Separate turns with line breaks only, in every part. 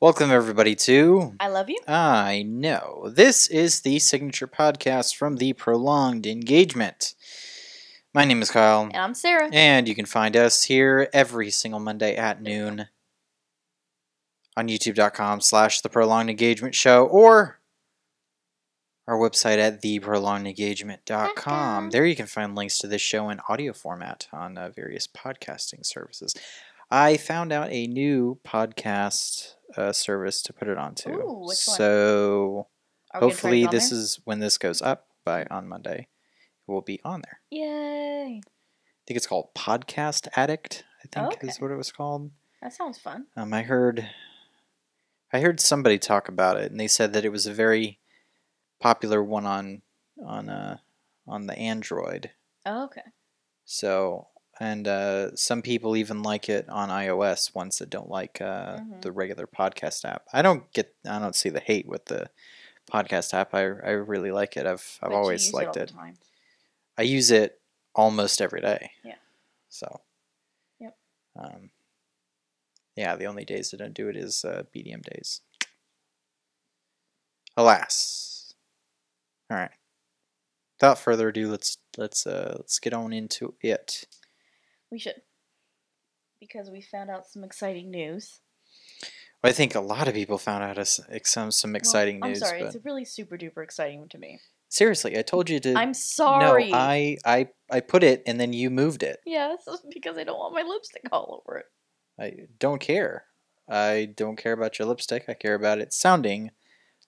Welcome, everybody, to
I love you.
I Know. This is the signature podcast from the Prolonged Engagement. My name is Kyle,
And I'm Sarah.
and you can find us here every single Monday at noon on youtube.com slash the prolonged engagement show or our website at
Mm-hmm.
theprolongedengagement.com. There you can find links to this show in audio format on uh, various podcasting services. I found out a new podcast uh, service to put it onto.
Ooh, which one?
So
Are we gonna try to
hopefully
get on
this
there?
is when this goes up by on Monday. It will be on there.
Yay.
I think it's called Podcast Addict. I think
Oh, Okay.
is what it was called.
That sounds fun.
Um, I heard, I heard somebody talk about it, and they said that it was a very popular one on on uh, on the Android.
Oh, okay.
So, and uh, some people even like it on iOS. Ones that don't like uh,
Mhm.
the regular podcast app. I don't get, I don't see the hate with the podcast app. I I really like it. I've I've
But you
always
use all
liked
the
it.
time.
I use it almost every day.
Yeah.
So.
Yep.
Um, yeah, the only days that I don't do it is uh, BDM days. Alas. All right. Without further ado, let's let's uh, let's get on into it.
We should. Because we found out some exciting news.
I think a lot of people found out us- ex- some some
Well,
exciting news,
I'm sorry.
but
It's really super duper exciting to me.
seriously, I told you to.
I'm sorry.
No, I I I put it, and then you moved it.
Yeah, this is because I don't want my lipstick all over it.
I don't care. I don't care about your lipstick. I care about it sounding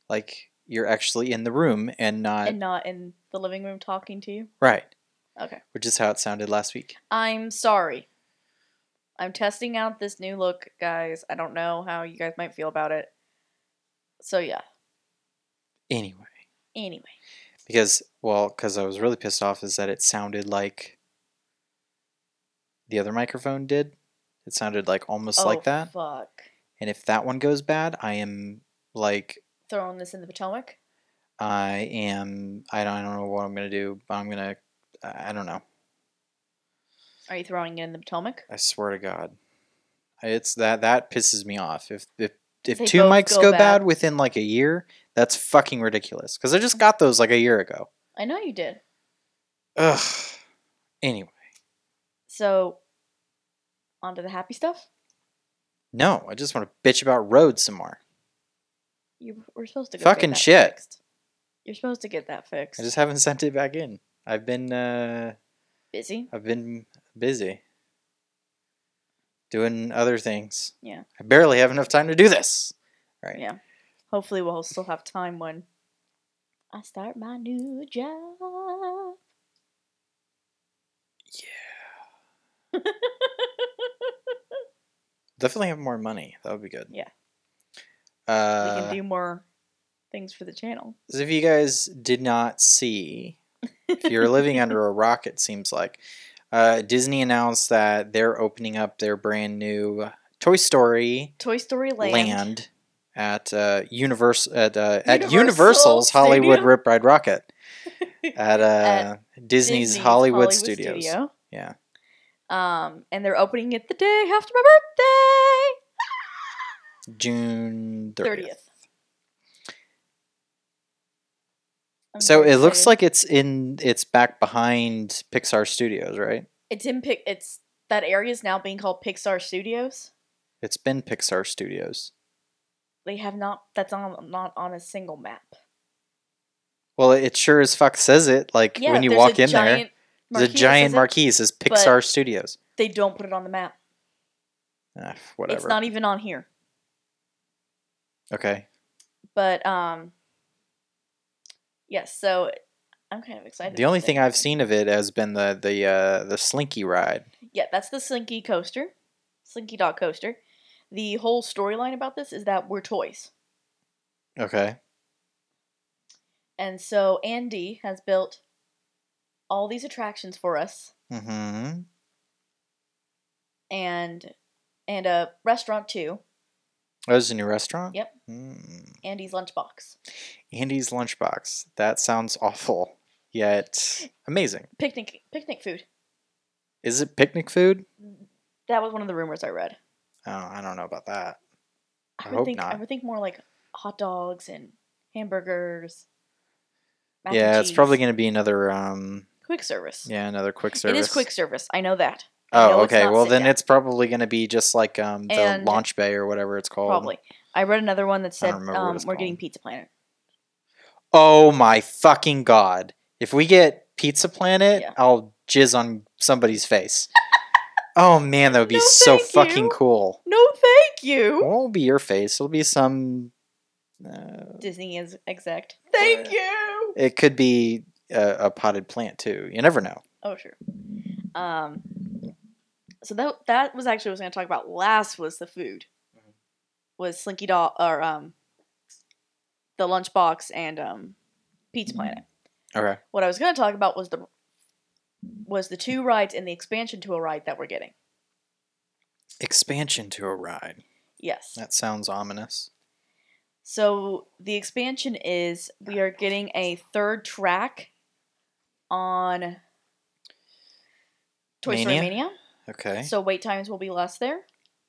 like you're actually in the room and not
and not in the living room talking to you.
right,
Okay.
which is how it sounded last week.
I'm sorry. I'm testing out this new look, guys. I don't know how you guys might feel about it. So, yeah.
Anyway,
Anyway.
because well, because I was really pissed off is that it sounded like the other microphone did. It sounded like almost
Oh,
like that.
Fuck.
And if that one goes bad, I am like
Throwing this in the Potomac.
I am. I don't, I don't know what I'm gonna do. But I'm gonna. I I don't know.
Are you throwing it in the Potomac?
I swear to God, it's that that pisses me off. If if if
They
two
both
mics
go
go, bad.
bad.
within like a year, that's fucking ridiculous. Because I just got those like a year ago.
I know you did.
Ugh. Anyway,
So, on to the happy stuff.
no, I just want to bitch about roads some more.
You were supposed to go
Fucking
get that
shit.
Fixed. You're supposed to get that fixed.
I just haven't sent it back in. I've been uh,
busy.
I've been busy doing other things.
Yeah.
I barely have enough time to do this. All right.
Yeah. Hopefully, we'll still have time when I start my new job.
Definitely have more money. That would be good.
Yeah.
Uh,
we can do more things for the channel.
So if you guys did not see, if you're living under a rock, it seems like, uh, Disney announced that they're opening up their brand new Toy Story
Toy Story Land.
Land, at uh, Universe at uh, at
Universal
Universal's Hollywood
Studio.
Rip Ride Rocket at, uh, Disney's, Hollywood, Studios.
Studio.
Yeah.
Um, and they're opening it the day after my birthday.
June 30th.
30th. I'm
So
very
it looks
excited.
like it's in it's back behind Pixar Studios, right?
it's in Pic- it's that area is now being called Pixar Studios.
It's been Pixar Studios.
They have not that's on not on a single map.
Well, it sure as fuck says it. Like when you
there's
walk
a
in there,
giant
there's a
marquee that
giant
says it.
marquee that says Pixar Studios.
They don't put it on the map.
Ah, whatever.
It's not even on here.
okay.
But um Yes, so I'm kind of excited.
The only thing I've seen of it has been the the uh, the Slinky ride.
Yeah, that's the Slinky coaster. Slinky dog coaster. The whole storyline about this is that we're toys.
Okay.
And so Andy has built all these attractions for us
Mm-hmm.
and and a restaurant too,
That was a new restaurant.
Yep.
Mm.
Andy's lunchbox.
Andy's Lunchbox. That sounds awful, yet amazing.
Picnic picnic food.
Is it picnic food?
That was one of the rumors I read.
Oh, I don't know about that.
I
I
would
hope
think I
not.
would think more like hot dogs and hamburgers. mac and
yeah, it's probably
cheese.
going to be another um
quick service.
yeah, another quick service.
It is quick service. I know that. I know
Oh,
it's
okay.
not
Well,
sit
then
down.
it's probably going to be just like um the
And-
launch bay or whatever it's called.
Probably. I read another one that said um,
Oh. remember
we're
what it's
getting
called.
Pizza Planet.
Oh my fucking god. If we get Pizza Planet,
Yeah.
I'll jizz on somebody's face. oh man, that would be
No,
so
thank
fucking
you.
cool.
No, thank
It
you.
won't be your face. It'll be some uh,
Disney is exact. Uh, Thank you.
it could be a, a potted plant too. You never know.
Oh sure. Um. So that that was actually what I was going to talk about last was the food,
Mhm.
was Slinky Dog or um, the lunchbox and um, Pizza Planet.
Okay.
What I was going to talk about was the was the two rides and the expansion to a ride that we're getting.
Expansion to a ride.
Yes.
That sounds ominous.
So the expansion is we are getting a third track on Toy Story
Mania?
Mania.
Okay.
So wait times will be less there.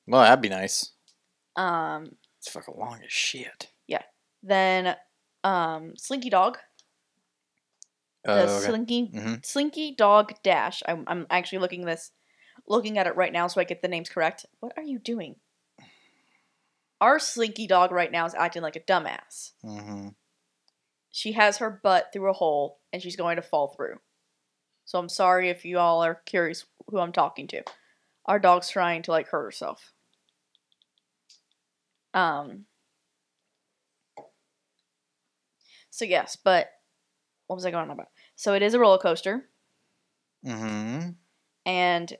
well, that'd be nice.
Um,
It's fucking long as shit.
then um, Slinky Dog, the
Oh, okay.
Slinky
hmm
Slinky Dog Dash. I'm, I'm actually looking this, looking at it right now, so I get the names correct. What are you doing? Our Slinky Dog right now is acting like a dumbass.
hmm
she has her butt through a hole and she's going to fall through. So I'm sorry if you all are curious who I'm talking to. Our dog's trying to like hurt herself. Um So yes, but what was I going on about? So it is a roller coaster
hmm
and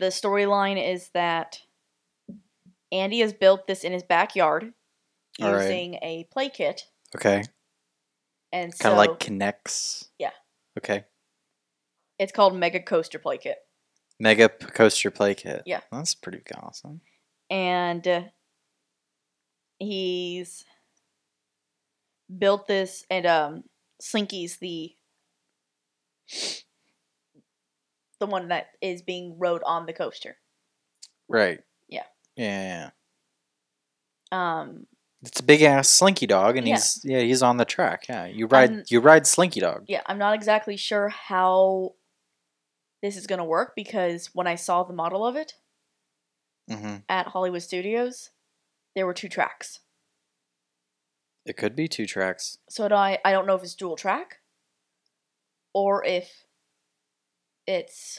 the storyline is that Andy has built this in his backyard
All right.
using a play kit
Okay.
and so
Kind of like connects.
Yeah.
Okay.
it's called Mega Coaster Play Kit.
Mega P- coaster play kit.
Yeah.
That's pretty awesome.
and uh, he's built this and um slinky's the the one that is being rode on the coaster
Right.
Yeah.
Yeah. yeah, yeah.
um
It's a big ass Slinky Dog, and
Yeah.
he's yeah he's on the track. Yeah. You ride
And-
you ride Slinky Dog.
yeah i'm not exactly sure how this is going to work because when i saw the model of it
hmm
at hollywood studios there were two tracks
It could be two tracks.
so do I, I don't know if it's dual track or if it's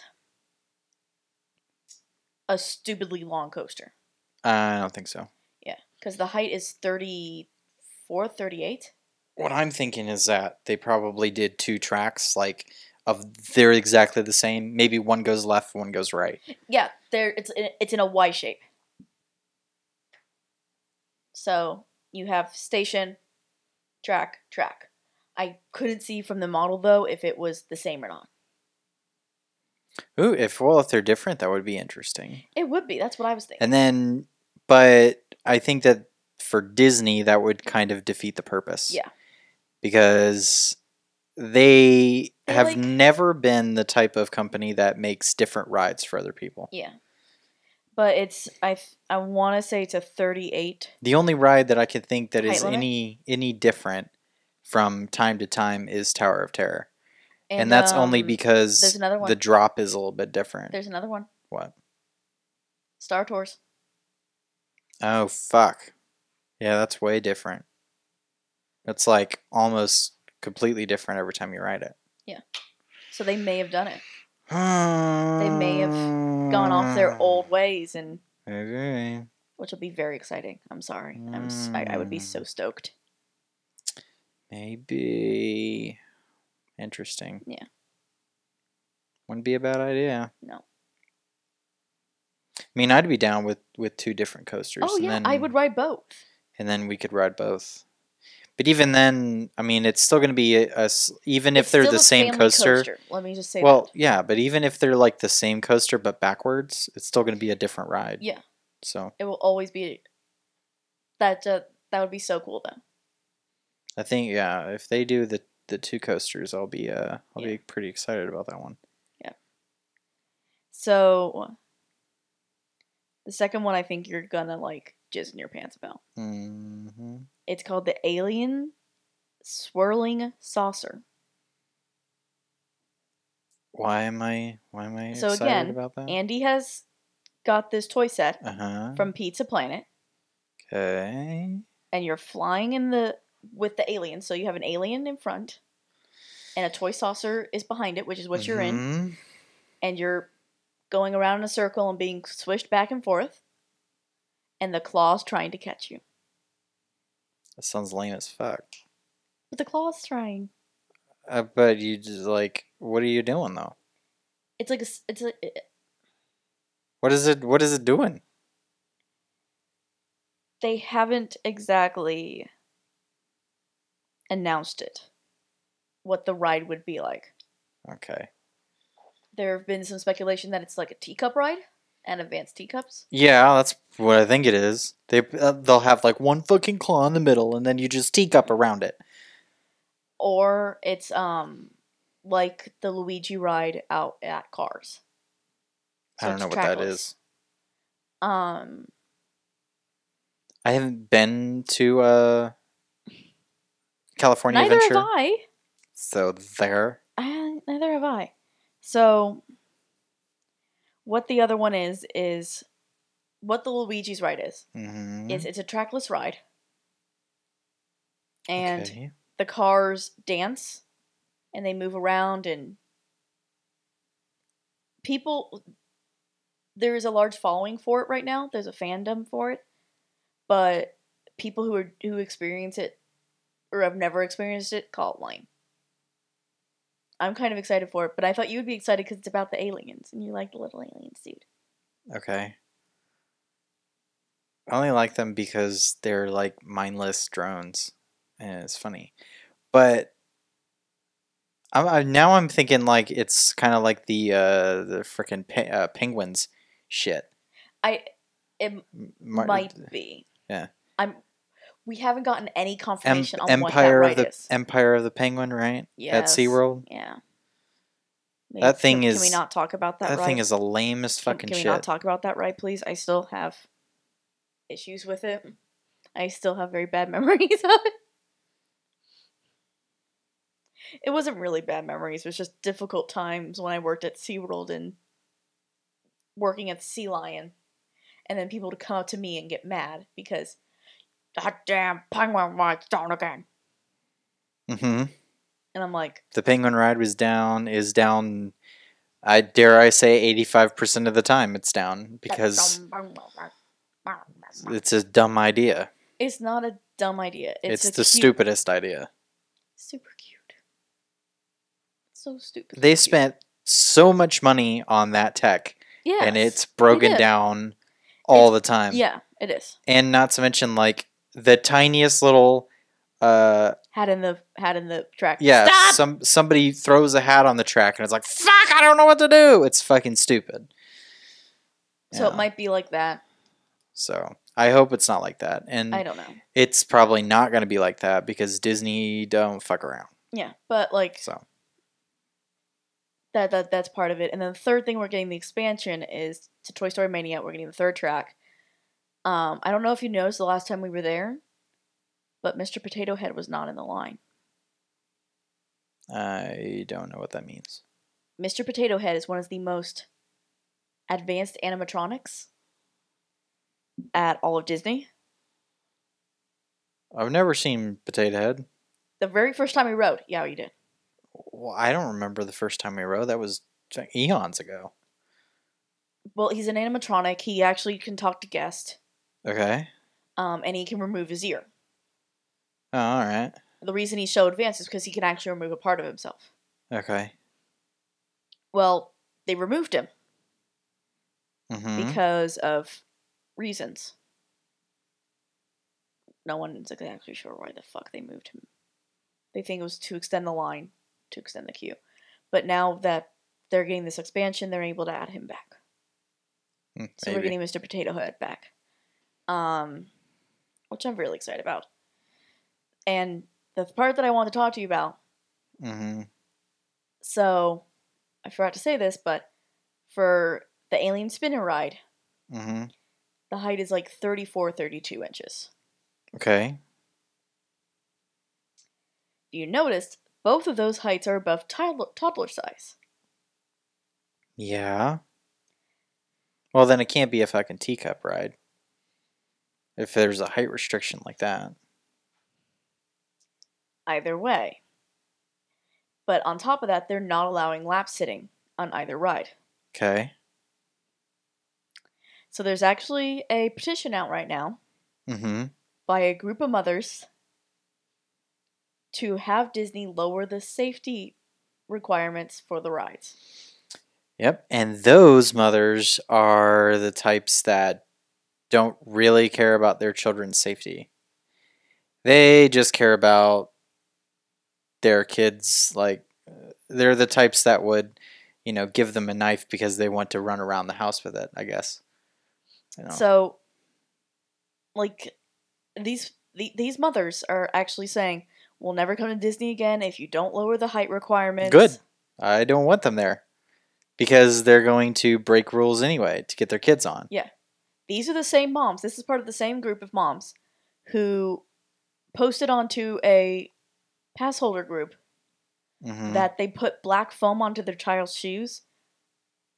a stupidly long coaster
I don't think so.
because the height is 34 38
What I'm thinking is that they probably did two tracks like of they're exactly the same. Maybe one goes left, one goes right.
yeah there it's in, it's in a y shape so you have station track track i couldn't see from the model though if it was the same or not
Ooh, if well if they're different, that would be interesting.
it would be that's what i was thinking
And then, but I think that for Disney, that would kind of defeat the purpose.
Yeah.
Because they
They
have
like-
never been the type of company that makes different rides for other people.
Yeah. But it's I th- I want to say it's a 38.
The only ride that I could think that
Height
is
limit?
any any different from time to time is Tower of Terror. And, that's only
um,
because
there's another one.
the drop is a little bit different.
There's another one.
What?
Star Tours.
Oh fuck. Yeah, that's way different. That's like almost completely different every time you ride it.
So they may have done it.
they
may have Gone off
Mm.
their old ways and
Okay.
which will be very exciting. I'm sorry. I'm s- I, I would be
Mm.
so stoked.
Maybe. Interesting.
Yeah.
Wouldn't be a bad idea.
No.
I mean, I'd be down with with two different coasters.
Oh
and
yeah,
then,
I would ride both.
And then we could ride both. But even then, I mean, it's still going to be a, a s- even if
It's
they're
still
the
a
same
family
coaster.
Let me just say
Well, yeah, but even if they're like the same coaster but backwards, it's still going to be a different ride.
Yeah.
So
that. It will always be that uh, that would be so cool though.
I think yeah, if they do the the two coasters, I'll be uh I'll
Yeah.
be pretty excited about that one.
So The second one I think you're gonna like jizz in your pants about. Mm-hmm.
hmm
It's called the Alien Swirling Saucer.
Why am I? Why am I
So
excited
again,
about that?
Andy has got this toy set
Uh huh.
from Pizza Planet,
Okay.
and you're flying in the with the alien. So you have an alien in front, and a toy saucer is behind it, which is what you're in,
Mhm.
and you're going around in a circle and being swished back and forth, and the claws trying to catch you.
That sounds lame as fuck.
But the claws trying.
Uh, but you just like, what are you doing though?
It's like a, s- it's a,
What is it? What is it doing?
they haven't exactly announced it what the ride would be like.
Okay.
There have been some speculation that it's like a teacup ride and advanced teacups.
Yeah, that's what I think it is. They uh, they'll have like one fucking claw in the middle, and then you just teacup around it.
Or it's um like the Luigi ride out at Cars.
I don't know
it's
what that
trackless.
is.
Um
I haven't been to uh California
neither
Adventure,
have I.
so there.
I. Neither have I. So what the other one is is what the Luigi's ride is.
Mm-hmm.
Is it's a trackless ride. And
okay.
the cars dance and they move around and people there is a large following for it right now there's a fandom for it but people who are who experience it or have never experienced it call it lame i'm kind of excited for it but i thought you would be excited because it's about the aliens and you like the little aliens dude
Okay. I only like them because they're like mindless drones, and it's funny. But I'm, I, now I'm thinking like it's kind of like the uh, the freaking pe- uh, penguins shit.
i it
M- Mar-
might be
yeah.
i'm we haven't gotten any
Em-
confirmation on
Empire
what
of
that
the
right is.
Empire of the Penguin, right?
Yes.
At SeaWorld,
Yeah. Maybe-
That thing
can, Can we
is-
not talk about that?
that
right?
thing is the lamest
Can-
fucking
Can,
shit.
we not talk about that? Right, please. I still have issues with it. I still have very bad memories of it. It wasn't really bad memories. It was just difficult times when I worked at SeaWorld and working at Sea Lion, and then people would come up to me and get mad because that damn penguin ride's down again,
hmm
and I'm like,
the penguin ride was down is down i dare i say 85% of the time it's down
"That
because
dumb penguin ride."
it's a dumb idea
It's not a dumb idea.
it's,
It's,
the
stupid.
stupidest idea
Super cute. So stupid.
they spent so much money on that tech
yeah,
and it's broken
did.
down all the time
yeah, it is.
and not to mention like the tiniest little uh
Had in the had in the track.
yeah
Stop!
some somebody throws a hat on the track and it's like fuck i don't know what to do it's fucking stupid
So
Yeah.
it might be like that.
so i hope it's not like that and
I don't know.
it's probably not going to be like that because Disney don't fuck around.
Yeah, but like
So
that that that's part of it. And then the third thing we're getting the expansion is to Toy Story Mania. We're getting the third track. Um, I don't know if you noticed the last time we were there, but Mr. Potato Head was not in the line.
I don't know what that means.
Mr. Potato Head is one of the most advanced animatronics at all of Disney.
I've never seen Potato Head.
The very first time we rode, yeah, you did.
Well, I don't remember the first time we rode. That was uh, eons ago.
Well, he's an animatronic. He actually can talk to guests,
Okay.
um, and he can remove his ear.
Oh, all right.
The reason he's so advanced is because he can actually remove a part of himself.
Okay.
Well, they removed him
Mm-hmm.
because of reasons. No one's exactly sure why the fuck they moved him. They think it was to extend the line, to extend the queue. But now that they're getting this expansion, they're able to add him back. So
Mm, Maybe.
we're getting Mr. Potato Head back. Um, which I'm really excited about. And the part that I want to talk to you about,
Mm-hmm.
so I forgot to say this, but for the Alien Spinner ride,
Mm-hmm.
The height is like 34, 32 inches.
Okay.
You noticed both of those heights are above toddler, toddler size.
Yeah. Well, then it can't be a fucking teacup ride. If there's a height restriction like that.
Either way. But on top of that, they're not allowing lap sitting on either ride.
Okay.
So there's actually a petition out right now
Mm-hmm.
by a group of mothers to have Disney lower the safety requirements for the rides.
Yep. And those mothers are the types that don't really care about their children's safety. They just care about their kids. Like, uh, they're the types that would, you know, give them a knife because they want to run around the house with it, I guess. You know.
So, like, these the, these mothers are actually saying, "We'll never come to Disney again if you don't lower the height requirements."
Good. I don't want them there because they're going to break rules anyway to get their kids on.
These are the same moms. This is part of the same group of moms who posted onto a pass holder group
Mhm.
that they put black foam onto their child's shoes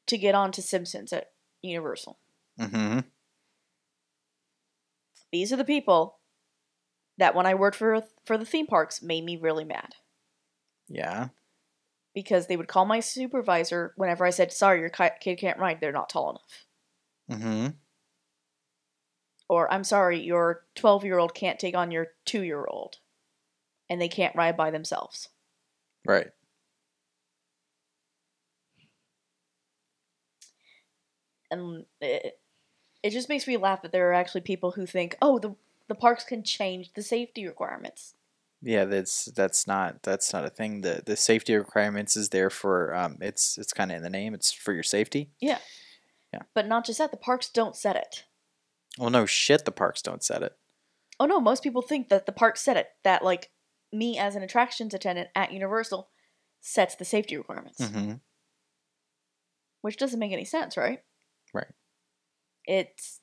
to get onto Simpsons at Universal.
Mhm.
These are the people that when I worked for for the theme parks made me really mad
Yeah.
because they would call my supervisor whenever I said, "Sorry, your ki- kid can't ride. They're not tall enough."
Mhm.
Or, "I'm sorry, your 12-year-old can't take on your 2-year-old." And they can't ride by themselves.
Right.
And it, it just makes me laugh that there are actually people who think, "Oh, the the parks can change the safety requirements."
Yeah, that's that's not that's not a thing. The the safety requirements is there for um it's it's kind of in the name. It's for your safety.
But not just that, the parks don't set it.
Well, no shit, the parks don't set it.
Oh no, most people think that the park set it. That like me as an attractions attendant at Universal sets the safety requirements,
Mhm.
which doesn't make any sense, right?
Right.
It's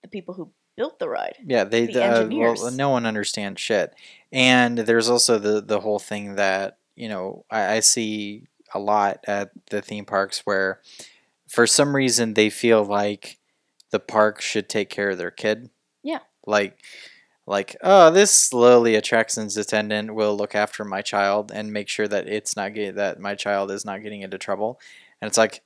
the people who built the ride.
Yeah, they
The
the, uh, well,
engineers.
no one understands shit. And there's also the the whole thing that you know I, I see a lot at the theme parks where, for some reason, they feel like the park should take care of their kid.
Yeah.
Like, like oh, this lowly attractions attendant will look after my child and make sure that it's not get, that my child is not getting into trouble. And it's like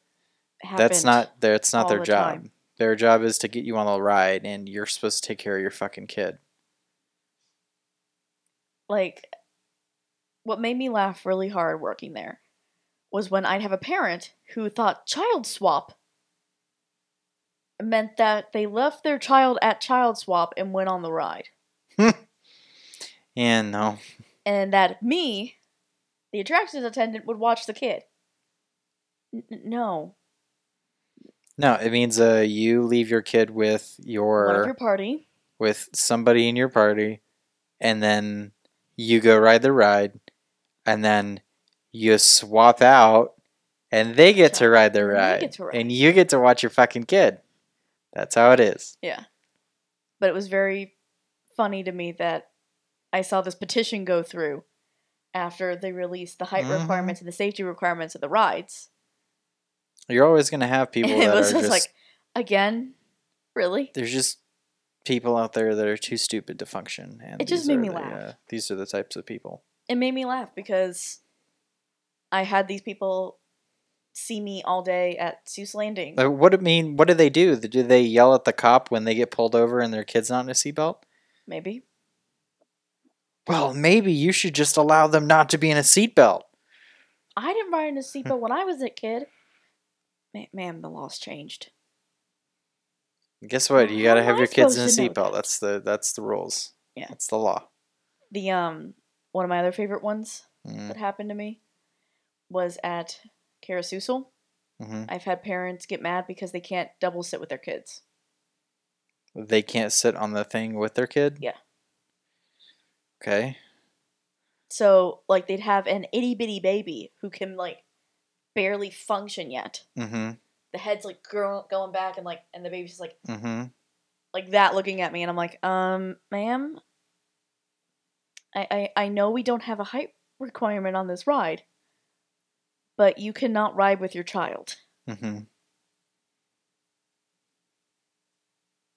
that's
Happened.
not their it's not their
all the
job.
time.
Their job is to get you on the ride, and you're supposed to take care of your fucking kid.
like what made me laugh really hard working there was when I'd have a parent who thought child swap meant that they left their child at child swap and went on the ride.
And no,
and that me, the attractions attendant, would watch the kid. N- n- no,
no, it means uh, you leave your kid with
one
your
of your party.
with somebody in your party, and then you go ride the ride, and then you swap out, and they get to
Child.
ride the
And they
ride,
get to ride.
and you get to watch your fucking kid. That's how it is.
But it was very funny to me that I saw this petition go through after they released the height
Mhm.
requirements and the safety requirements of the rides.
You're always gonna have people
and it
that
was
are
just
just
like, again, really?
there's just people out there that are too stupid to function and
It just
these
made
are
me
the,
laugh.
uh, these are the types of people
It made me laugh because I had these people see me all day at Seuss Landing.
Uh, what do mean what do they do do they yell at the cop when they get pulled over and their kid's not in a seatbelt
Maybe.
well maybe you should just allow them not to be in a seatbelt
I didn't ride in a seatbelt when I was a kid. Ma- ma'am, the law's changed.
guess what you
How
gotta
am
have
Oh, I
your kids in a
supposed to know
seatbelt
that?
that's the that's the rules
Yeah.
that's the law
The um one of my other favorite ones
mm-hmm.
that happened to me was at Carasusul.
Mm. Mm-hmm.
I've had parents get mad because they can't double sit with their kids.
they can't sit on the thing with their kid
Yeah.
okay
So like they'd have an itty bitty baby who can like barely function yet.
mm-hmm
The head's like gro- going back and like and the baby's just like
mm-hmm
like that looking at me, and I'm like, um, ma'am, I, I, I know we don't have a height requirement on this ride, but you cannot ride with your child.
Mm-hmm.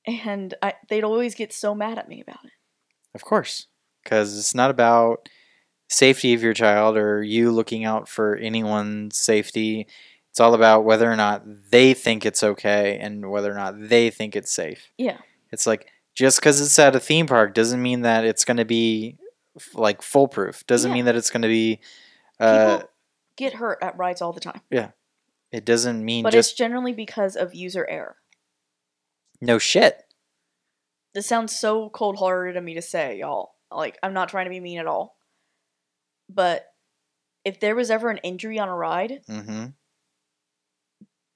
And I, they'd always get so mad at me about it.
Of course, because it's not about safety of your child or you looking out for anyone's safety. It's all about whether or not they think it's okay and whether or not they think it's safe.
Yeah.
It's like just because it's at a theme park doesn't mean that it's going to be f- like foolproof. Doesn't
Yeah.
mean that it's going to be. Uh,
People get hurt at rides all the time,
it doesn't mean
but
just
it's generally because of user error.
no shit.
This sounds so cold hearted of me to say, y'all. Like, I'm not trying to be mean at all. But if there was ever an injury on a ride,
Mm-hmm.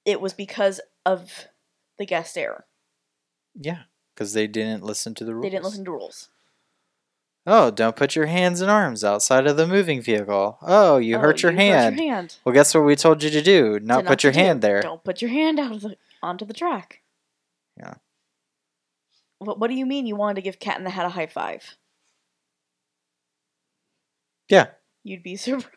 it was because of the guest error.
Yeah, because they didn't listen to the rules.
They didn't listen to rules.
Oh, don't put your hands and arms outside of the moving vehicle. Oh, you
Oh,
hurt your hand.
Hurt your hand.
Well, guess what we told you to do? Not
To
put your
to do.
hand there.
Don't put your hand out of the onto the track.
Yeah.
What What do you mean you wanted to give Cat in the Hat a high five?
Yeah.
You'd be surprised.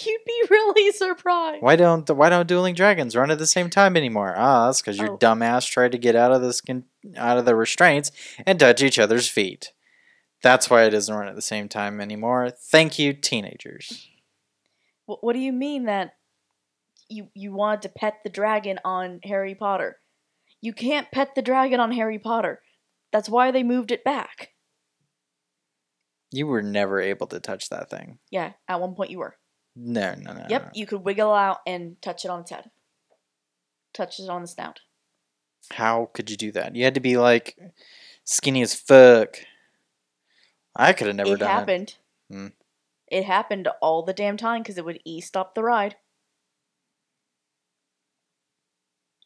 You'd be really surprised.
Why don't Why don't Dueling Dragons run at the same time anymore? Ah, that's because your
Oh.
dumbass tried to get out of the skin, out of the restraints and touch each other's feet. That's why it doesn't run at the same time anymore. Thank you, teenagers.
What, what do you mean that you you wanted to pet the dragon on Harry Potter? You can't pet the dragon on Harry Potter. That's why they moved it back.
You were never able to touch that thing.
Yeah, at one point you were.
No, no, no.
Yep, you could wiggle out and touch it on its head. Touch it on the snout.
How could you do that? You had to be like skinny as fuck. I could have never
it
done it.
happened.
Hmm.
It happened all the damn time because it would e stop the ride.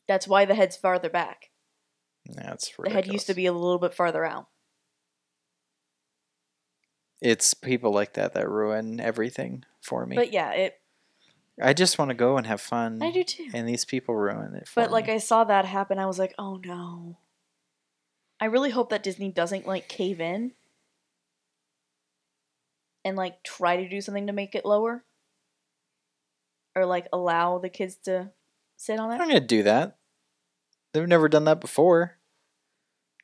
That's why the head's farther back.
That's
The
ridiculous.
head used to be a little bit farther out.
It's people like that that ruin everything for me. Hmm.
But yeah, it.
I just want to go and have fun.
I do too.
And these people ruin it for
But like
me.
I saw that happen, I was like, oh no. I really hope that Disney doesn't like cave in and like try to do something to make it lower or like allow the kids to sit on
I'm
it.
not going to do that. They've never done that before.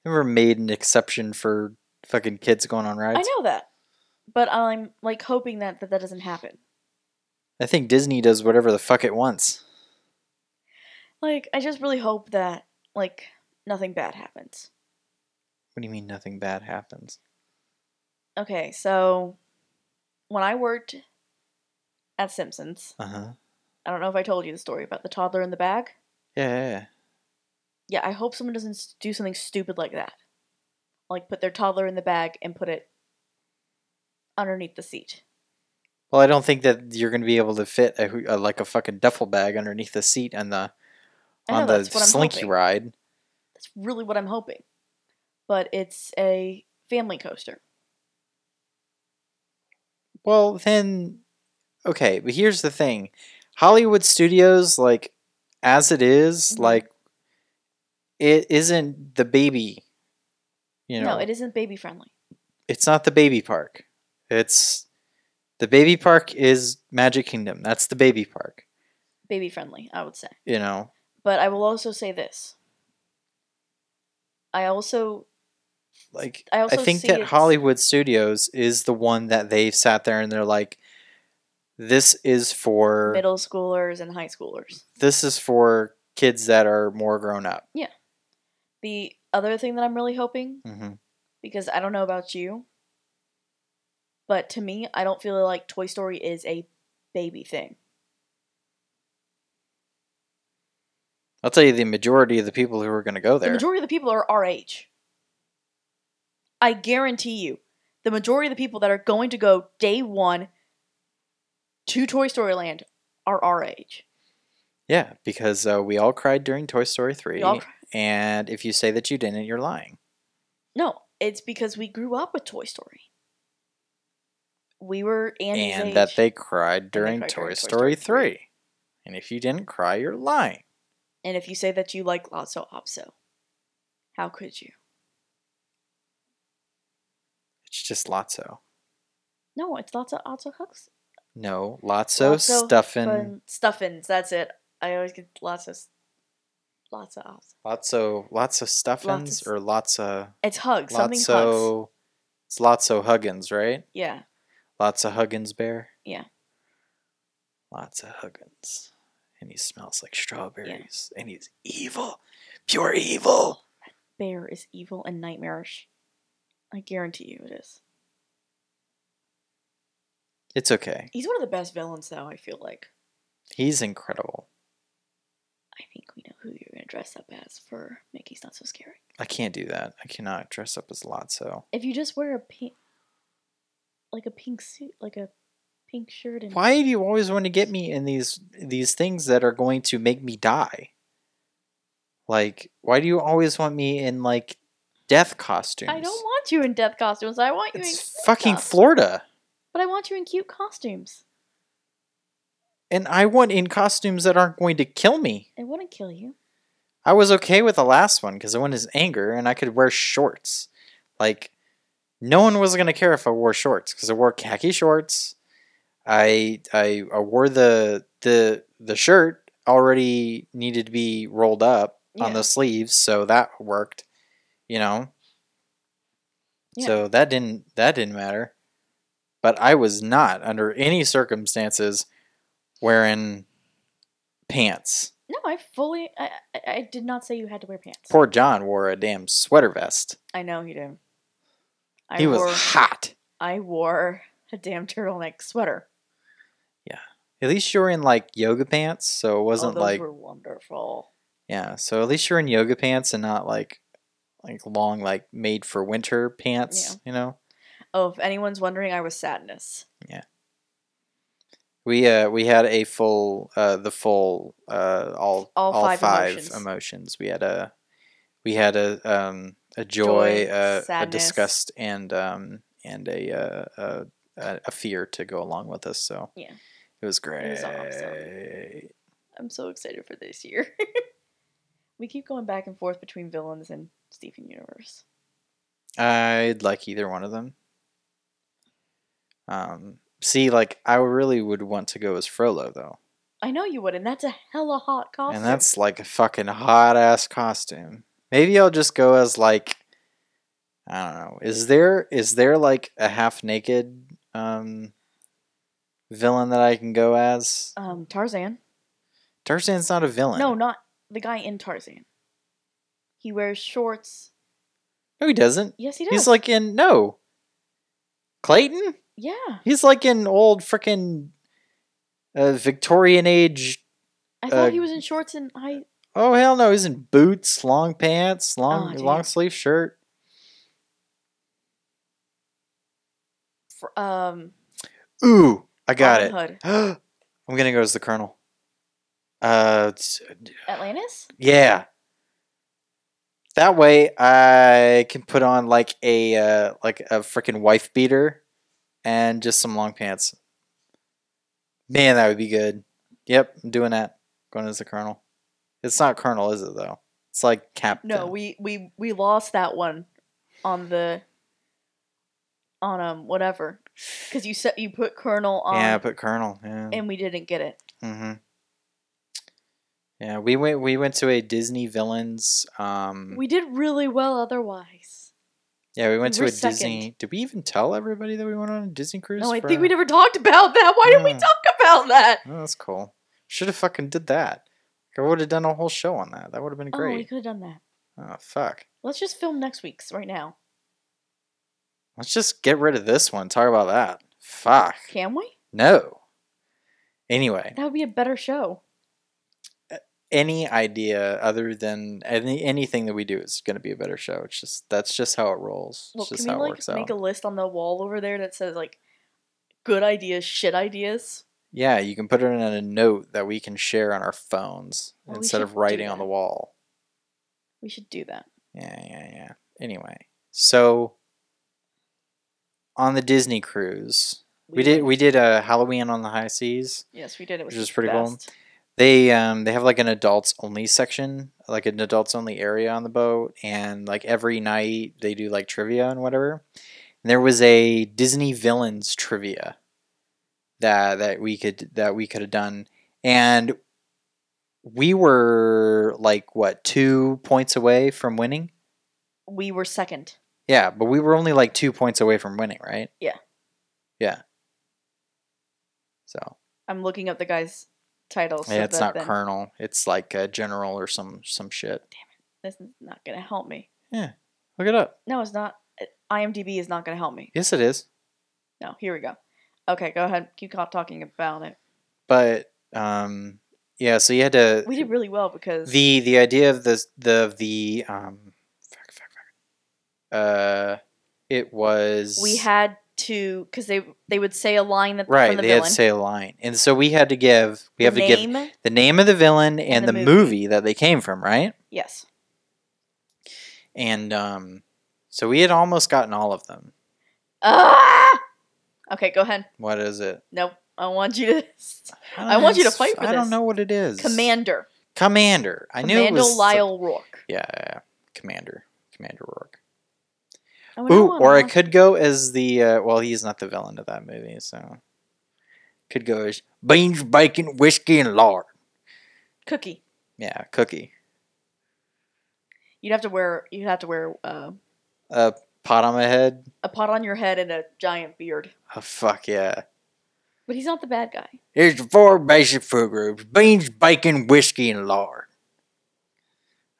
Never made an exception for fucking kids going on rides.
I know that. But I'm like hoping that that, that doesn't happen.
I think Disney does whatever the fuck it wants.
Like I just really hope that like nothing bad happens.
What do you mean nothing bad happens?
Okay, so when I worked at Simpsons,
Uh huh.
I don't know if I told you the story about the toddler in the bag.
Yeah, yeah, yeah.
Yeah, I hope someone doesn't s- do something stupid like that. Like put their toddler in the bag and put it underneath the seat.
Well, I don't think that you're going to be able to fit a, hoo- a, like a fucking duffel bag underneath the seat on the
I know
on the
that's what I'm
slinky
hoping.
ride.
That's really what I'm hoping. But it's a family coaster.
Well, then, okay, but here's the thing Hollywood Studios, like, as it is,
Mhm.
like, it isn't the baby, you know,
no, it isn't baby friendly.
it's not the baby park. It's the baby park is Magic Kingdom. That's the baby park,
Baby friendly, I would say.
you know.
But I will also say this. I also
Like,
I
I,
also
think
see
that
it's-
Hollywood Studios is the one that they've sat there and they're like, this is for
middle schoolers and high schoolers.
this is for kids that are more grown up.
The other thing that I'm really hoping,
hmm
because I don't know about you, but to me, I don't feel like Toy Story is a baby thing.
I'll tell you, the majority of the people who are going to go
The
there,
majority of the people are our age. I guarantee you, the majority of the people that are going to go day one to Toy Story Land are our age.
yeah, because uh, we all cried during Toy Story three,
We all cry-
and if you say that you didn't, you're lying.
No, it's because we grew up with Toy Story. We were Andy's
and
age.
that they cried
they
during
cried
Toy,
during Toy
Story
Story
3.
3.
And if you didn't cry, you're lying.
And if you say that you like Lotso Opso, How could you?
It's just Lotso.
No, it's lots of Otto Hux.
No, Lotso,
Lotso,
Stuffin,
Fun stuffins. That's it. I always get lots of lots of Otto.
Lotso, Lotso Stuffins,
Lotso-
or Lotso,
It's hugs. Something hugs.
Lotso. It's Lotso Huggins, right?
Yeah.
Lotso Huggins bear.
Yeah.
Lotso Huggins, and he smells like strawberries, and he's evil, pure evil.
Bear is evil and nightmarish. I guarantee you it is.
It's okay.
He's one of the best villains, though. I feel like.
He's incredible.
I think we know who you're gonna dress up as for Mickey's Not So Scary.
I can't do that. I cannot dress up as Lotso.
If you just wear a pink, like a pink suit, like a pink shirt, and
Why do you always want to get me in these these things that are going to make me die? Like, why do you always want me in like death costumes?
I don't want you in death costumes. I want you in
It's
cute
fucking
costumes.
Florida,
But I want you in cute costumes.
and I want in costumes that aren't going to kill me.
It wouldn't kill you.
I was okay with the last one because the one is anger, and I could wear shorts. Like, no one was gonna care if I wore shorts because I wore khaki shorts. I, I I wore the the the shirt already needed to be rolled up on
Yeah.
the sleeves, so that worked. You know.
Yeah.
So that didn't that didn't matter. But I was not under any circumstances wearing pants.
No, I fully. I, I, I did not say you had to wear pants.
Poor John wore a damn sweater vest.
I know you did. I
he was
wore,
hot.
I wore a damn turtleneck sweater.
At least you were in like yoga pants, so it
oh,
wasn't
those
like
were wonderful.
yeah. So at least you're in yoga pants and not like like long like made for winter pants. You know,
Oh, if anyone's wondering, I was sadness.
we uh we had a full uh the full uh all
All five
emotions.
emotions.
We had a we had a um a joy,
Joy,
uh, a
sadness.
disgust, and um and a uh a, a, a fear to go along with us. So
Yeah.
it was great.
was awesome. I'm so excited for this year. we keep going back and forth between villains and Steven Universe.
I'd like either one of them. Um, see, like I really would want to go as Frollo though,
I know you would, and that's a hella hot costume.
and that's like a fucking hot ass costume. Maybe I'll just go as like, I don't know. Is there is there like a half naked um villain that I can go as?
um Tarzan.
Tarzan's not a villain.
No, not the guy in Tarzan. He wears shorts.
no, he doesn't.
Yes, he does.
He's like in no. Clayton.
yeah,
He's like in old freaking uh, Victorian age
I thought
uh,
he was in shorts and high.
Oh hell no! He's in boots, long pants,
Oh,
long
dude.
long sleeve shirt.
fr- Um,
Ooh, I got
Robin
it.
Hood.
I'm gonna go as the colonel. Uh, it's-
Atlantis.
yeah. That way, I can put on like a uh, like a freaking wife beater, and just some long pants. Man, that would be good. Yep, I'm doing that. Going as the colonel. It's not colonel, is it though? It's like captain.
No, we we we lost that one on the on um whatever because you said you put Colonel on
yeah, but uh, colonel. Yeah.
and we didn't get it.
Mm-hmm. Yeah, we went we went to a Disney villains. Um,
We did really well otherwise.
yeah, we went
we
to
were
a Disney. Did we even tell everybody that we went on a Disney cruise?
No, Oh, I
for- Hmm.
think we never talked about that. Why did we
Yeah.
talk about that?
Oh, that's cool. Should have fucking did that. I would have done a whole show on that. That would have been
Oh, we
great.
could have done that.
Oh, fuck.
Let's just film next week's right now.
Let's just get rid of this one. Talk about that. Fuck.
Can we?
No. Anyway,
That would be a better show.
any idea other than any anything that we do is going to be a better show. It's just that's just how it rolls.
Well,
It's just
can we
how it
like
works out.
make a list on the wall over there that says like good ideas, shit ideas?
Yeah, you can put it in a note that we can share on our phones
Well, we
instead
should
of
do
writing on
that.
the wall.
We should do that.
Yeah, yeah, yeah. Anyway, so on the Disney cruise, we did we did a Halloween on the high seas.
Yes, we did. It was
which is
the
pretty cool.
best.
They um they have like an adults only section, like an adults only area on the boat, and like every night they do like trivia and whatever. And there was a Disney villains trivia that that we could that we could have done, and we were like what two points away from winning.
We were second.
Yeah, but we were only like two points away from winning, right?
Yeah.
Yeah. So
I'm looking up the guy's title. so
yeah, it's
that
not
then-
colonel. It's like a general or some some shit.
This is not gonna help me.
Look it up.
No, it's not. IMDb is not gonna help me.
Yes, it is.
No, here we go. Okay, go ahead. Keep co- talking about it.
But um, yeah. So you had to
We did really well because
the the idea of the the the um, fuck, fuck, fuck. Uh, it was
we had to because they they would say a line that
right.
from the
they
villain.
had to say a line, and so we had to give we have
the
to give
name,
the name of the villain and,
the
the,
movie.
movie that they came from, right?
Yes,
And um, so we had almost gotten all of them.
Ah! Okay, go ahead.
What is it?
Nope. I want you to.
don't
I
know,
want you to
it's-
fight for
I don't
this.
know what it is.
Commander.
Commander. I knew it
Commando
was some-
Lyle Rourke.
Yeah, yeah, yeah. Commander. Commander Rourke.
Oh, we don't
Ooh,
wanna
or I
watch-
could go as the uh, well, he's not the villain of that movie, so could go as beans, bacon, whiskey, and lard.
Cookie.
Yeah, cookie.
You'd have to wear. You'd have to wear uh,
A pot on my head.
a pot on your head and a giant beard.
Oh fuck yeah.
But he's not the bad guy.
Here's the four basic food groups: beans, bacon, whiskey, and lard.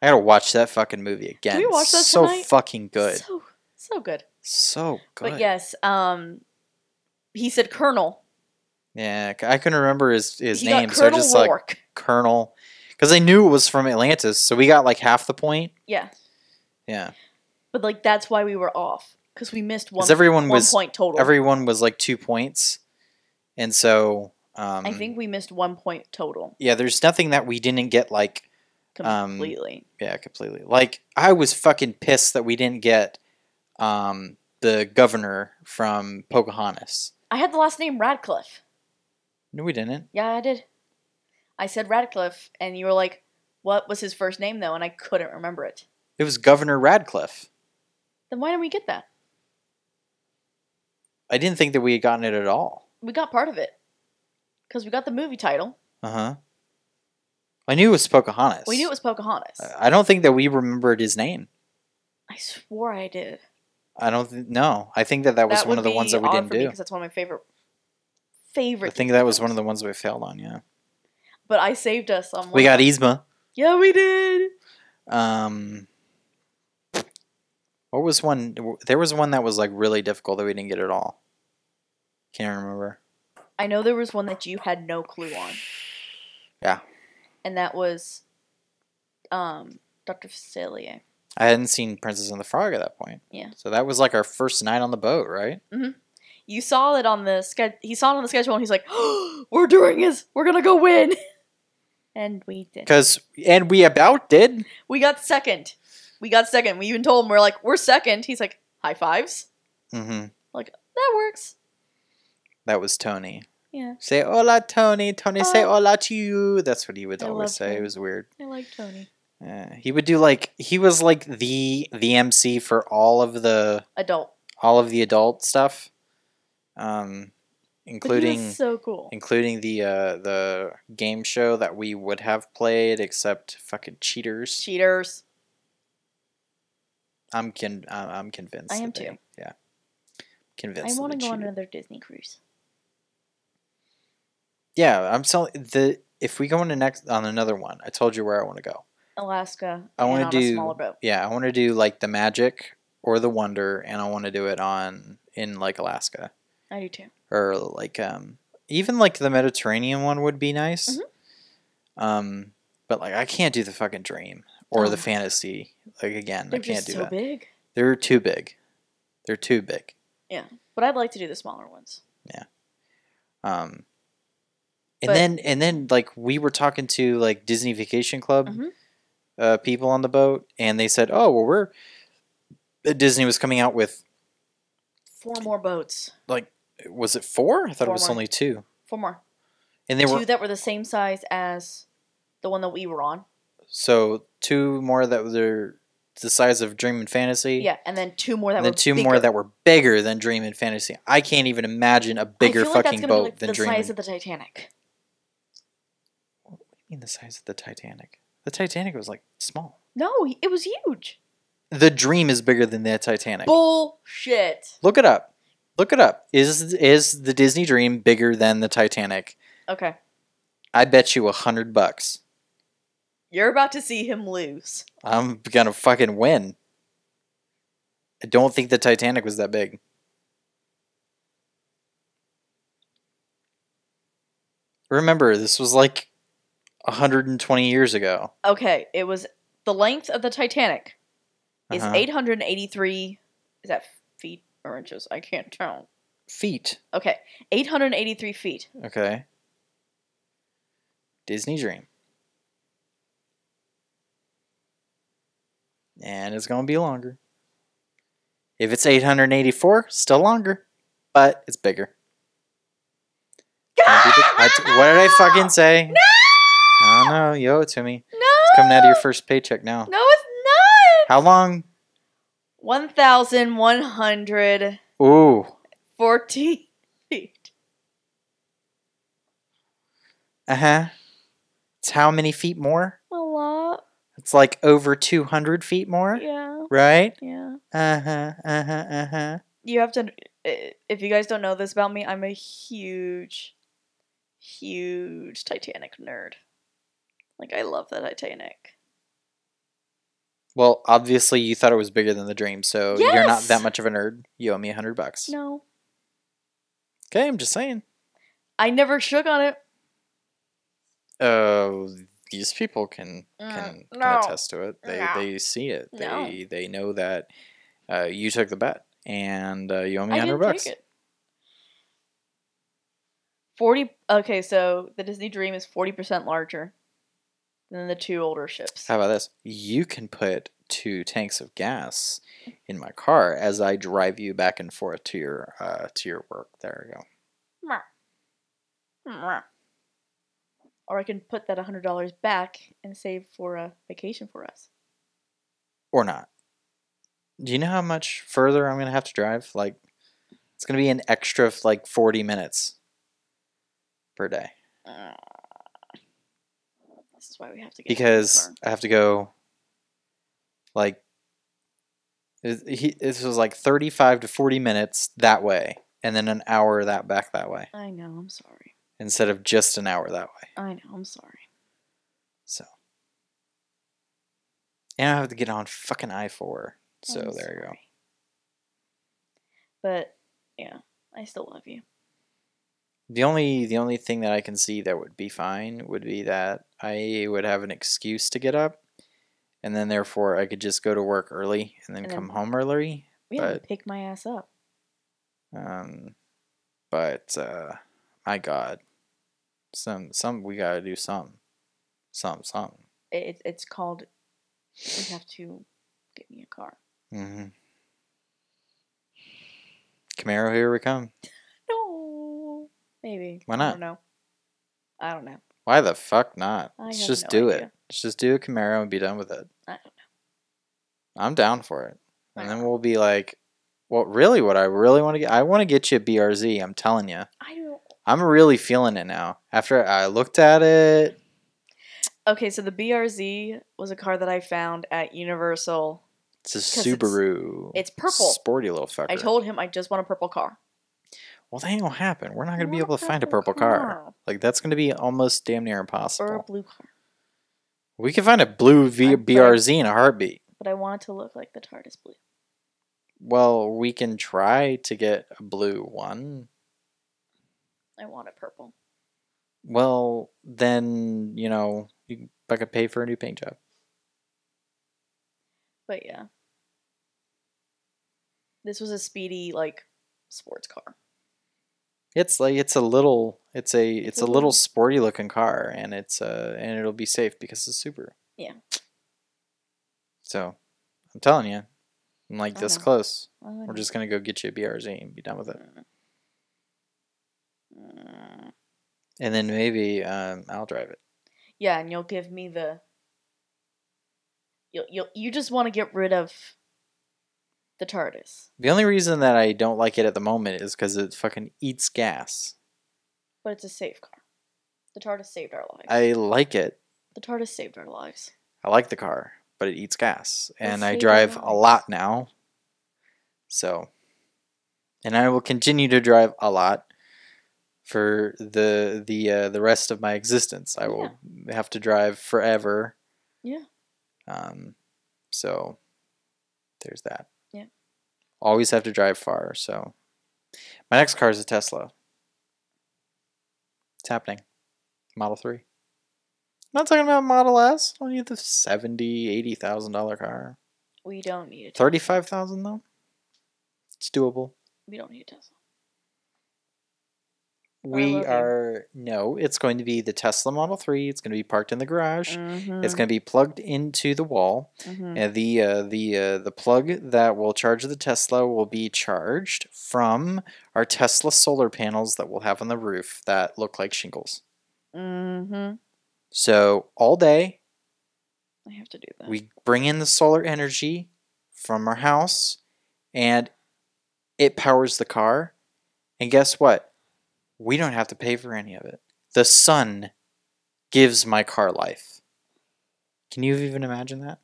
I gotta watch that fucking movie again.
we watch that
so
tonight?
fucking good.
So so good.
So good.
But yes, um, he said Colonel.
Yeah, c- I couldn't remember his his
he
name,
got
so I
Colonel
just like
Rourke.
Colonel, because I knew it was from Atlantis, so we got like half the point.
Yeah,
Yeah,
but like that's why we were off because we missed one.
because everyone
one
was
point total.
everyone was like two points, and so um,
I think we missed one point total
yeah, there's nothing that we didn't get like Um,
completely.
yeah completely. Like I was fucking pissed that we didn't get um, the governor from Pocahontas.
I had the last name Radcliffe.
No, we didn't.
Yeah, I did. I said Radcliffe, and you were like, "What was his first name though?" And I couldn't remember it.
It was Governor Radcliffe.
Then why didn't we get that?
I didn't think that we had gotten it at all.
We got part of it because we got the movie title.
Uh huh. I knew it was Pocahontas.
We knew it was Pocahontas.
I- I don't think that we remembered his name.
I swore I did.
I don't th- no. I think that that was one
would
of the ones
be
that we
odd
didn't
for me
do.
'cause that's one of my favorite
I
favorite.
think that was one of the ones we failed on. Yeah,
But I saved us on.
we
one.
got e Yzma.
Yeah, we did.
Um, what was one? There was one that was like really difficult that we didn't get at all. Can't remember.
I know there was one that you had no clue on.
Yeah.
And that was, um, Doctor Facilier.
I hadn't seen Princess and the Frog at that point.
Yeah.
So that was like our first night on the boat, right?
You saw it on the schedule. He saw it on the schedule, and he's like, "We're doing this. We're gonna go win." And we did.
Because and we about did.
We got second. We got second. We even told him we're like, "We're second. He's like, "High fives.
Mm-hmm.
That works."
That was Tony.
Yeah,
Say hola, Tony. Tony, say
Oh.
hola to you. That's what he would
I
always
love
say. It
him.
was weird.
I like Tony.
Yeah, he would do like he was like the the MC for all of the
Adult,
all of the adult stuff, um,
But he was
including
so cool.
including the uh, the game show that we would have played, except fucking cheaters.
Cheaters.
I'm con I'm I'm convinced.
I
that
am
they-
too.
Yeah,
I
convinced.
want to go on
cheated.
another Disney cruise.
Yeah, I'm telling the if we go into next on another one, I told you where I want to go.
Alaska.
I wanna
and on
do-
a smaller boat.
Yeah, I want to do like the magic or the wonder, and I want to do it on in like Alaska.
I do too.
or like um even like the Mediterranean one would be nice. Um but like I can't do the fucking dream or
Mm-hmm. Oh
the
my God.
fantasy like again.
They're
I can't
just
do
so
that.
big.
They're too big. They're too big.
But I'd like to do the smaller ones.
Um and
But-
then and then like we were talking to like Disney Vacation Club
Mhm.
uh, people on the boat and they said, "Oh, well we're uh, Disney was coming out with
Four more boats.
was it 4? I thought
Four
it was
more.
only 2.
Four more.
And they
two
were
that were the same size as the one that we were on.
so two more that were the size of Dream and Fantasy.
Yeah, and then two more that
And
were
then two
bigger.
more that were bigger than Dream and Fantasy. I can't even imagine a bigger
I feel like that's
fucking
gonna
boat
be like
than
the
Dream. and-
size of the Titanic.
I mean, the size of the Titanic. The Titanic was like small.
No, he- it was huge.
The Dream is bigger than the Titanic.
Bullshit.
Look it up. Look it up. Is is the Disney Dream bigger than the Titanic?
Okay,
I bet you a hundred bucks.
you're about to see him lose.
I'm gonna fucking win. I don't think the Titanic was that big. Remember, this was like 120 years ago.
Okay, it was the length of the Titanic is
Uh-huh.
883. Is that feet or inches? I can't tell.
feet.
Okay, 883 feet.
Okay. Disney Dream. And it's going to be longer. If it's 884, still longer, but it's bigger. Gonna be the- I t- what did I fucking say? I don't know. You owe it to me.
No,
It's coming out of your first paycheck now.
No, it's not.
How long?
One thousand one hundred
Ooh.
forty feet.
Uh huh. It's how many feet more?
A lot.
It's like over 200 feet more,
Yeah.
right?
Yeah.
Uh huh. Uh huh. Uh huh.
you have to i- if you guys don't know this about me i'm a huge huge titanic nerd like i love the titanic
Well, obviously you thought it was bigger than the dream, so you're not
Yes!
that much of a nerd. You owe me a hundred bucks.
no
Okay, I'm just saying.
i never shook on it
Oh, these people can
Mm,
can,
no.
can attest to it. They
No.
they see it. They
No.
they know that uh, you took the bet and uh, you owe me
i
a hundred
didn't
bucks.
take it 40 okay so the disney dream is 40% larger than the two older ships
How about this? You can put two tanks of gas in my car as I drive you back and forth to your uh, to your work. There we go.
or i can put that $100 back and save for a vacation for us
or not. Do you know how much further I'm gonna have to drive? Like, it's gonna be an extra like 40 minutes per day
Uh, this is why we have to get a new
because
car.
I have to go. Like, it- he this was like 35 to 40 minutes that way, and then an hour that back that way
I know. I'm sorry.
instead of just an hour that way.
I know. I'm sorry.
So, and I have to get on fucking I four. So
I'm
there you go.
sorry. But yeah, I still love you.
The only the only thing that I can see that would be fine would be that I would have an excuse to get up, and then therefore I could just go to work early and then
And
come
then-
home early.
Yeah,
But-
pick my ass up.
Um, but uh, my God, some some we gotta do some, some some.
It, it's- it's called. You have to get me a car.
Mm-hmm. Camaro, here we come.
No, maybe.
Why
I
not?
don't know. I don't know.
Why the fuck not?
I
Let's
have
just
no
do it.
idea.
Let's just do a Camaro and be done with it.
I don't know.
I'm down for it. And
Right.
then we'll be like, well, really, what I really want to get, I want to get you a BRZ. I'm telling you,
I don't.
I'm really feeling it now. After I looked at it,
Okay, so the BRZ was a car that I found at Universal.
it's a
'Cause it's-
Subaru.
it's purple.
sporty little fucker.
I told him I just want a purple car.
well, that ain't gonna happen. We're not
I
gonna be
want a
able to find a
purple
purple car.
car.
Like that's gonna be almost damn near
Or a
impossible.
blue car.
We can find a blue v-
I'm- but I-
BRZ in a heartbeat.
But I want it to look like the TARDIS blue.
Well, we can try to get a blue one.
I want it purple.
Well, then you know you can fucking pay for a new paint job.
But yeah. This was a speedy like sports car.
It's like it's a little it's a it's,
a
a little,
little-
sporty looking car and it's uh and it'll be safe because it's Subaru.
Yeah.
So I'm telling you, I'm like
I
this
know.
close.
Oh, I
We're
know.
just gonna go get you a BRZ and be done with it.
Mm. Mm.
and then maybe um, I'll drive it.
Yeah, and you'll give me the. You'll, you'll, you just want to get rid of the TARDIS.
The only reason that I don't like it at the moment is because it fucking eats gas.
But it's a safe car. The TARDIS saved our lives.
I like it.
the TARDIS saved our lives.
I like the car, but it eats gas, and I
saved our
drive a
lives.
lot now. So, and I will continue to drive a lot for the the uh, the rest of my existence. I will have to drive forever.
Yeah.
Um, so there's that.
Yeah.
Always have to drive far. So my next car is a Tesla. It's happening. Model 3. not talking about Model S. I don't need the 70, 80,000 dollar car.
We don't need a Tesla.
35,000 though. It's doable.
We don't need a Tesla.
We
love you.
are no, it's going to be the Tesla Model 3. It's going to be parked in the garage. Mm-hmm, It's
Mm.
going to be plugged into the wall. And the uh, the uh, the plug that will charge the Tesla will be charged from our Tesla solar panels that we'll have on the roof that look like shingles.
Mm-hmm.
So all day
I have to do that.
we bring in the solar energy from our house, and it powers the car. And guess what? We don't have to pay for any of it. The sun gives my car life. Can you even imagine that?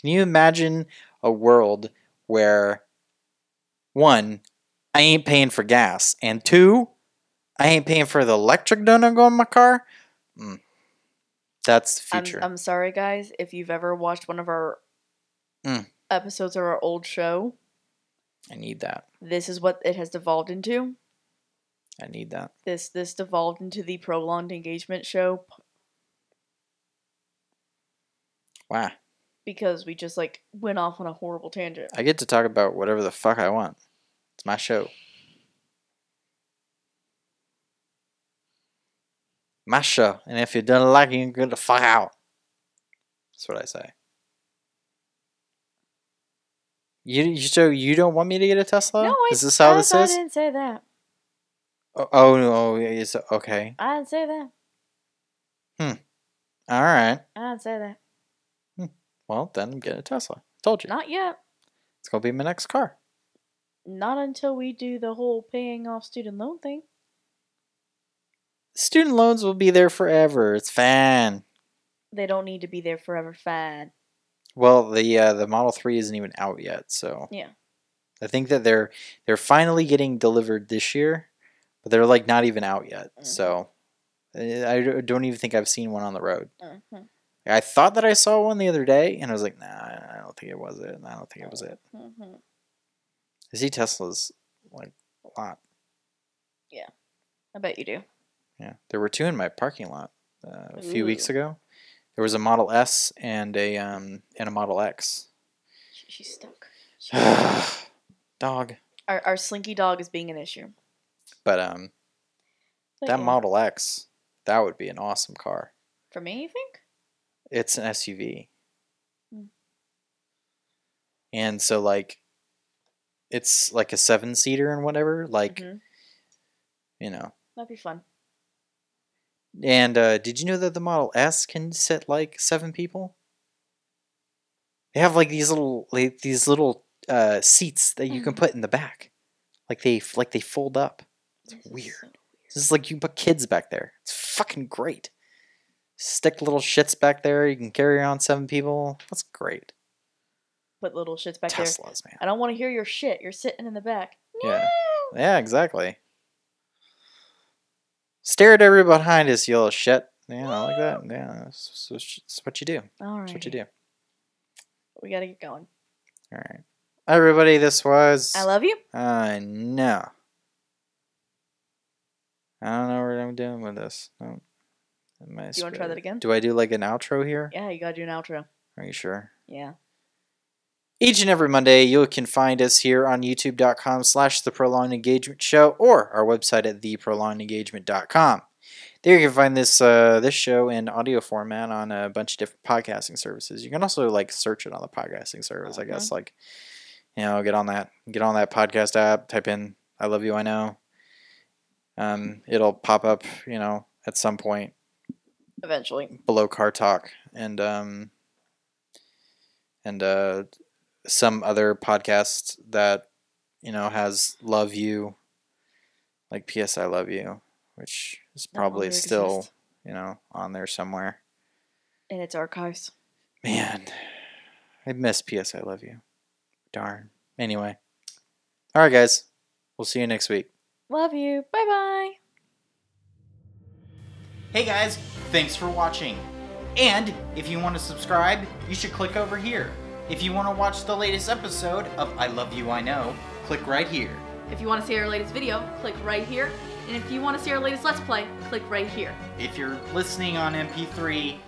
Can you imagine a world where one, I ain't paying for gas, and two, I ain't paying for the electric donut going in my car? Mm. That's the
I'm,
future.
I'm sorry, guys, if you've ever watched one of our
Mm.
episodes of our old show,
I need that.
this is what it has devolved into.
I need that.
This this devolved into the prolonged engagement show p-
Wow.
because we just like went off on a horrible tangent.
I get to talk about whatever the fuck I want. It's my show. My show. And if you don't like it, you can get the fuck out. That's what I say. You, you so you don't want me to get a Tesla?
No, I,
Uh, is this how
I,
this
I
is?
didn't say that.
Oh, oh no, it's okay.
I didn't say that.
All right.
I didn't say that.
Well, then I'm getting a Tesla. Told you.
Not yet.
It's gonna be my next car.
Not until we do the whole paying off student loan thing.
Student loans will be there forever. It's fine.
They don't need to be there forever. Fine.
Well, the uh, the Model Three isn't even out yet, so
Yeah.
I think that they're they're finally getting delivered this year, but they're like not even out yet.
Mhm.
So uh, I d- don't even think I've seen one on the road.
hmm
I thought that I saw one the other day, and I was like, nah, I don't think it was it. I don't think it was it.
hmm
I see Teslas like a lot.
I bet you do.
Yeah, there were two in my parking lot uh, a few weeks
Ooh.
ago. There was a Model S and a um and a Model X.
She, she's stuck. She's stuck.
Dog,
our, our slinky dog is being an issue.
but um.
But
That
yeah.
Model X, that would be an awesome car.
For me, you think?
It's an SUV.
Mm.
And so like it's like a seven seater and whatever, like,
Mhm.
you know.
That'd be fun.
And uh did you know that the Model S can sit like seven people? They have like these little like, these little uh seats that you can
Mm.
put in the back. Like they like they fold up.
This is
weird.
so-
This is like you put kids back there. It's fucking great. Stick little shits back there. You can carry around seven people. That's great.
Put little shits back there.
Teslas, man.
I don't want to hear your shit. You're sitting in the back.
Yeah.
No!
Yeah, exactly. Stare at everybody behind us, you little shit. Yeah, I like that. Yeah, that's, that's- that's what you do.
All right.
That's what you do.
We gotta get going.
All right. Everybody, this was.
I love you.
I know. I don't know what I'm doing with this. No. Do
Do you wanna try that again?
Do I do like an outro here?
Yeah, you gotta do an outro.
Are you sure?
Yeah.
Each and every Monday, you can find us here on youtube.com slash the Prolonged Engagement Show or our website at theprolongedengagement.com. There you can find this uh, this show in audio format on a bunch of different podcasting services. You can also like search it on the podcasting service, I guess. Like, you know, get on that get on that podcast app, type in "I love you, I know." Um, it'll pop up, you know, at some point
eventually.
below car talk and um and uh some other podcast that you know has love you like ps i love you which is
No longer
probably still
exists.
you know on there somewhere
In its archives.
man i miss ps i love you darn anyway all right guys we'll see you next week
Love you. Bye bye.
Hey guys, thanks for watching. And if you want to subscribe, you should click over here. If you want to watch the latest episode of I Love You I Know, click right here.
If you want to see our latest video, click right here. And if you want to see our latest Let's Play, click right here.
If you're listening on MP3,